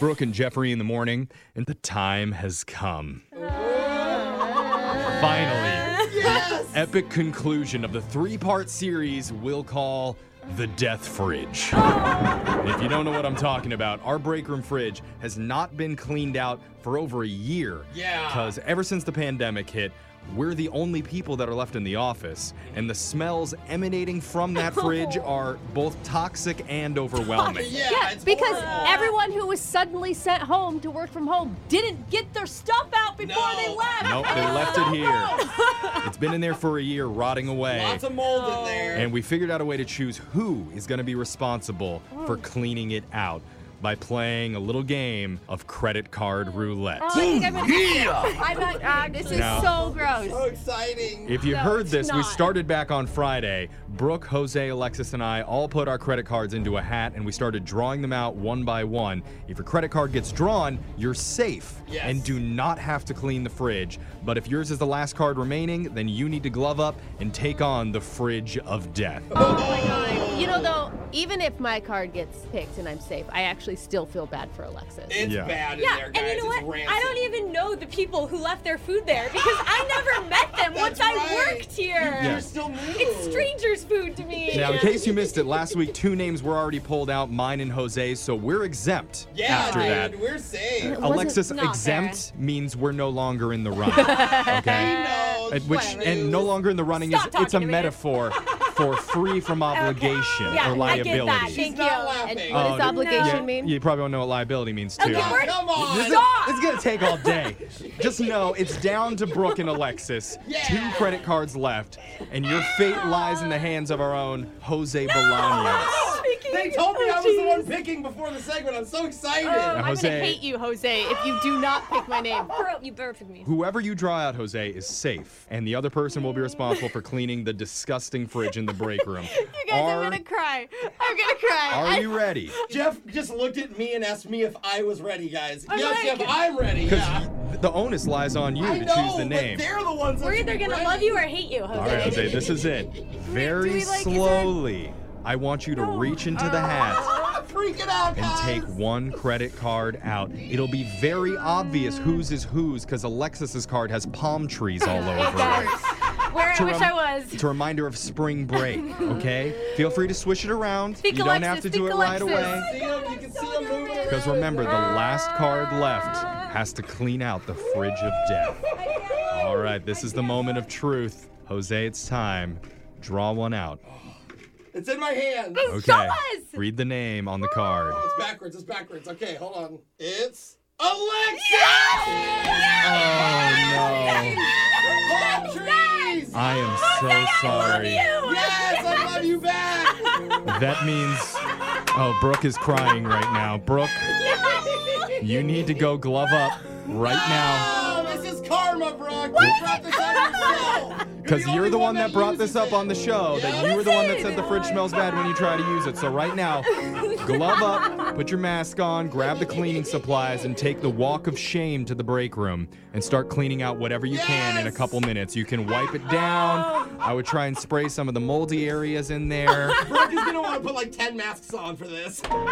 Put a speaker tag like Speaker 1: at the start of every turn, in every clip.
Speaker 1: Brooke and Jeffrey in the morning, and the time has come. Finally. Epic conclusion of the three part series we'll call The Death Fridge. And if you don't know what I'm talking about, our break room fridge has not been cleaned out for over a year.
Speaker 2: Yeah.
Speaker 1: Because ever since the pandemic hit, we're the only people that are left in the office, and the smells emanating from that fridge are both toxic and overwhelming.
Speaker 2: Yeah,
Speaker 3: Yeah,
Speaker 2: it's
Speaker 3: because
Speaker 2: horrible.
Speaker 3: everyone who was suddenly sent home to work from home didn't get their stuff out before
Speaker 2: No.
Speaker 3: they left.
Speaker 1: Nope, they left it here. It's been in there for a year, rotting away.
Speaker 2: Lots of mold in there.
Speaker 1: And we figured out a way to choose who is going to be responsible
Speaker 2: Oh.
Speaker 1: for cleaning it out by playing a little game of credit card roulette.
Speaker 3: Oh, I think I'm yeah. I'm not, uh, this is
Speaker 1: No.
Speaker 3: so gross.
Speaker 2: so "Oh, exciting.
Speaker 1: If you
Speaker 3: No,
Speaker 1: heard
Speaker 3: it's
Speaker 1: this, we
Speaker 3: not.
Speaker 1: started back on Friday. Brooke, Jose, Alexis, and I all put our credit cards into a hat and we started drawing them out one by one. If your credit card gets drawn, you're safe
Speaker 2: Yes.
Speaker 1: and do not have to clean the fridge. But if yours is the last card remaining, then you need to glove up and take on the fridge of death.
Speaker 2: Oh
Speaker 3: You know, though, even if my card gets picked and I'm safe, I actually still feel bad for Alexis.
Speaker 2: it's
Speaker 1: Yeah.
Speaker 2: bad in
Speaker 4: Yeah,
Speaker 2: there, guys.
Speaker 4: and you know
Speaker 2: it's
Speaker 4: what?
Speaker 2: Rancid.
Speaker 4: I don't even know the people who left their food there because I never met them once I
Speaker 2: That's right.
Speaker 4: worked here.
Speaker 1: Yeah.
Speaker 2: You're still new.
Speaker 4: It's strangers' food to me.
Speaker 1: Now, in case you missed it, last week two names were already pulled out, mine and Jose's, so we're exempt
Speaker 2: Yeah,
Speaker 1: after
Speaker 2: dude,
Speaker 1: that.
Speaker 2: we're safe.
Speaker 3: wasn't
Speaker 1: Alexis
Speaker 4: not
Speaker 1: exempt means we're no longer in the running. Okay?
Speaker 2: No,
Speaker 1: At which
Speaker 2: whatever.
Speaker 1: and no longer in the running
Speaker 4: Stop
Speaker 1: is it's a
Speaker 4: talking to me.
Speaker 1: metaphor for free from obligation
Speaker 4: Yeah,
Speaker 1: or
Speaker 4: I
Speaker 1: liability.
Speaker 4: get that.
Speaker 2: She's
Speaker 4: Thank you.
Speaker 2: not
Speaker 3: And
Speaker 2: laughing.
Speaker 3: what does
Speaker 1: Oh,
Speaker 3: obligation
Speaker 1: yeah,
Speaker 3: mean?
Speaker 1: You probably don't know what liability means too.
Speaker 4: Okay, we're-
Speaker 2: Come on.
Speaker 1: This is,
Speaker 4: Stop!
Speaker 1: this is gonna take all day. Just know it's down to Brooke and Alexis.
Speaker 2: Yeah.
Speaker 1: Two credit cards left, and your fate lies in the hands of our own Jose Bolaños.
Speaker 4: Speaking
Speaker 2: They
Speaker 4: of-
Speaker 2: told me I
Speaker 4: oh,
Speaker 2: was the one picking before the segment. I'm so excited.
Speaker 3: I'm
Speaker 1: Now,
Speaker 3: going to
Speaker 1: Jose-
Speaker 3: hate you, Jose, if you do not pick my name.
Speaker 4: jeez. Bro, you burped me.
Speaker 1: Whoever you draw out, Jose, is safe, and the other person will be responsible for cleaning the disgusting fridge in the break room.
Speaker 3: You guys,
Speaker 1: are,
Speaker 3: I'm going to cry. I'm going to cry.
Speaker 1: are
Speaker 3: I-
Speaker 1: you ready?
Speaker 2: Jeff just looked at me and asked me if I was ready, guys.
Speaker 3: I'm
Speaker 2: yes,
Speaker 3: like-
Speaker 2: Jeff, I'm ready. Yeah.
Speaker 1: The onus lies on you
Speaker 2: I
Speaker 1: to
Speaker 2: know,
Speaker 1: choose the name.
Speaker 2: but they're the ones that
Speaker 4: We're
Speaker 2: should
Speaker 4: either
Speaker 2: be
Speaker 4: gonna
Speaker 2: ready.
Speaker 4: love you or hate you, Jose.
Speaker 1: All right, Jose, this is it. Very
Speaker 3: we, like, is there-
Speaker 1: slowly, I want you to reach into the hat
Speaker 2: I'm freaking out,
Speaker 1: and
Speaker 2: guys.
Speaker 1: take one credit card out. It'll be very obvious whose is whose because Alexis's card has palm trees all over it.
Speaker 4: Where I
Speaker 1: To
Speaker 4: wish
Speaker 1: rem-
Speaker 4: I was.
Speaker 1: It's a reminder of spring break, okay? Feel free to swish it around.
Speaker 3: Speak
Speaker 1: you don't have
Speaker 3: Alexis,
Speaker 1: to do
Speaker 3: speak
Speaker 1: it
Speaker 3: Alexis. Oh
Speaker 1: right away.
Speaker 2: See him? You can see him moving around.
Speaker 1: Because remember, the last card left has to clean out the fridge of death. All right, this is the moment of truth. Jose, it's time. Draw one out.
Speaker 2: It's in my hand.
Speaker 1: Okay. Read the name on the card.
Speaker 2: It's backwards. It's backwards. Okay, hold on. It's Alexa.
Speaker 1: Oh no.
Speaker 2: Palm trees.
Speaker 1: I am so sorry.
Speaker 2: Yes, I love you back.
Speaker 1: That means Oh, Brooke is crying right now. Brooke, you need to go glove up right now.
Speaker 2: Oh, this is karma, Brooke. You brought this on yourself.
Speaker 1: Because you're the one that brought
Speaker 2: uses
Speaker 1: this up
Speaker 2: it.
Speaker 1: on the show. That
Speaker 2: Yeah.
Speaker 1: you were the one that said the fridge smells bad when you try to use it. So right now, glove up, put your mask on, grab the cleaning supplies, and take the walk of shame to the break room and start cleaning out whatever you can in a
Speaker 2: Yes!
Speaker 1: couple minutes. You can wipe it down. I would try and spray some of the moldy areas in there.
Speaker 2: Brooke is gonna want to put like ten masks on for this.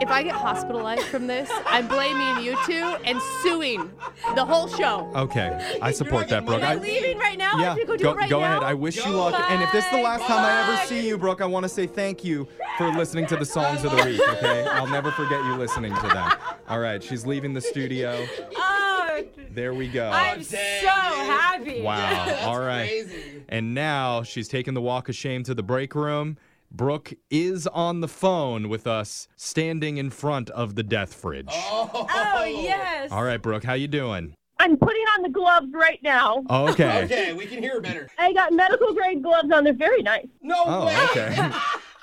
Speaker 3: If I get hospitalized from this, I'm blaming you two and suing the whole show.
Speaker 1: Okay, I support that,
Speaker 2: getting
Speaker 1: Brooke.
Speaker 2: one
Speaker 3: Am I
Speaker 2: out.
Speaker 1: I,
Speaker 3: leaving right now? I
Speaker 1: yeah,
Speaker 3: have to go do
Speaker 1: go,
Speaker 3: it right
Speaker 1: go
Speaker 3: now.
Speaker 1: ahead. I wish you luck. And if this is the last time I ever see you, Brooke, I want to say thank you for listening to the songs of the week, okay? I'll never forget you listening to them. All right, she's leaving the studio.
Speaker 4: Oh,
Speaker 1: There we go.
Speaker 4: I'm so
Speaker 2: Dang, dude.
Speaker 4: happy.
Speaker 1: wow. All right.
Speaker 2: Crazy.
Speaker 1: And now she's taking the walk of shame to the break room. Brooke is on the phone with us, standing in front of the death fridge.
Speaker 4: Oh, yes.
Speaker 1: All right, Brooke, how you doing?
Speaker 5: I'm putting on the gloves right now.
Speaker 1: Okay.
Speaker 2: Okay, we can hear better.
Speaker 5: I got medical grade gloves on. They're very nice.
Speaker 2: No way.
Speaker 1: Oh, okay.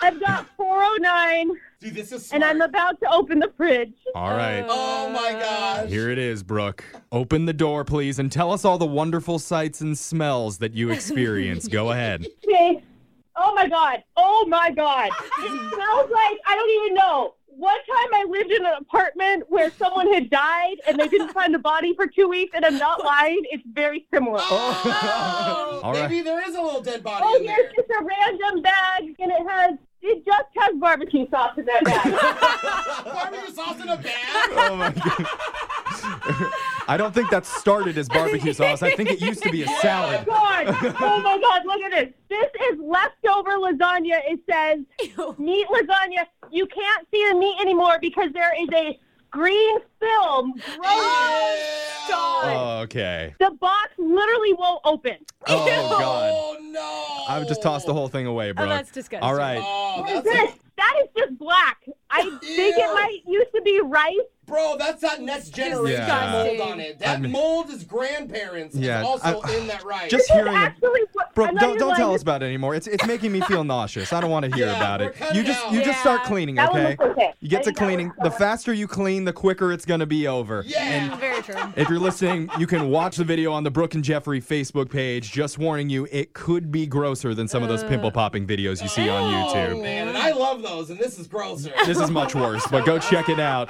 Speaker 5: I've got 409,
Speaker 2: Dude, this is smart.
Speaker 5: and I'm about to open the fridge.
Speaker 1: All right.
Speaker 2: Oh my gosh.
Speaker 1: Here it is, Brooke. Open the door, please, and tell us all the wonderful sights and smells that you experience. Go ahead.
Speaker 5: Okay. Oh my god. Oh my god. It smells like I don't even know. One time I lived in an apartment where someone had died, and they didn't find the body for two weeks. And I'm not lying; it's very similar.
Speaker 2: Oh,
Speaker 1: All right.
Speaker 2: maybe there is a little dead body
Speaker 5: Oh,
Speaker 2: in
Speaker 5: here's
Speaker 2: there.
Speaker 5: just a random bag, and it has It just has barbecue sauce in that bag.
Speaker 2: Barbecue sauce in a bag.
Speaker 1: Oh my god. I don't think that started as barbecue sauce. I think it used to be a salad.
Speaker 5: God. Oh my God, look at this. This is leftover lasagna. It says
Speaker 3: Oh,
Speaker 5: meat lasagna. You can't see the meat anymore because there is a green film. Oh,
Speaker 4: God.
Speaker 1: Oh, okay.
Speaker 5: The box literally won't open.
Speaker 1: Oh god.
Speaker 2: Oh no.
Speaker 1: I've just tossed the whole thing away, bro.
Speaker 4: that's disgusting.
Speaker 1: All right.
Speaker 2: Oh,
Speaker 5: What is
Speaker 2: that's
Speaker 5: this? That is just black. I think it
Speaker 2: Ew.
Speaker 5: might used to be rice.
Speaker 2: Bro, that's that next generation
Speaker 1: Disgusting.
Speaker 2: mold on it. That
Speaker 1: I mean-
Speaker 2: mold is grandparents.
Speaker 1: Yeah,
Speaker 2: Yeah, also
Speaker 1: I-
Speaker 2: in that right.
Speaker 1: Just
Speaker 5: This is
Speaker 1: hearing it.
Speaker 5: actually what-
Speaker 1: Bro,
Speaker 5: I'm not
Speaker 1: don't
Speaker 5: even
Speaker 1: don't
Speaker 5: lying.
Speaker 1: tell us about it anymore. It's it's making me feel nauseous. I don't want to hear
Speaker 2: Yeah,
Speaker 1: about
Speaker 2: we're
Speaker 1: it.
Speaker 2: cutting
Speaker 1: You just
Speaker 2: out.
Speaker 1: you just start
Speaker 4: Yeah.
Speaker 1: cleaning,
Speaker 5: That one
Speaker 1: okay?
Speaker 5: looks okay.
Speaker 1: You get
Speaker 5: I
Speaker 1: to
Speaker 5: think that
Speaker 1: cleaning.
Speaker 5: one's
Speaker 1: The
Speaker 5: fine.
Speaker 1: faster you clean, the quicker it's gonna be over.
Speaker 2: yeah.
Speaker 4: Very true.
Speaker 1: If you're listening, you can watch the video on the Brooke and Jeffrey Facebook page. Just warning you, it could be grosser than some of those pimple popping videos you see on
Speaker 2: Oh,
Speaker 1: YouTube.
Speaker 2: man, and I love those, and this is grosser.
Speaker 1: This is much worse, but go check it out.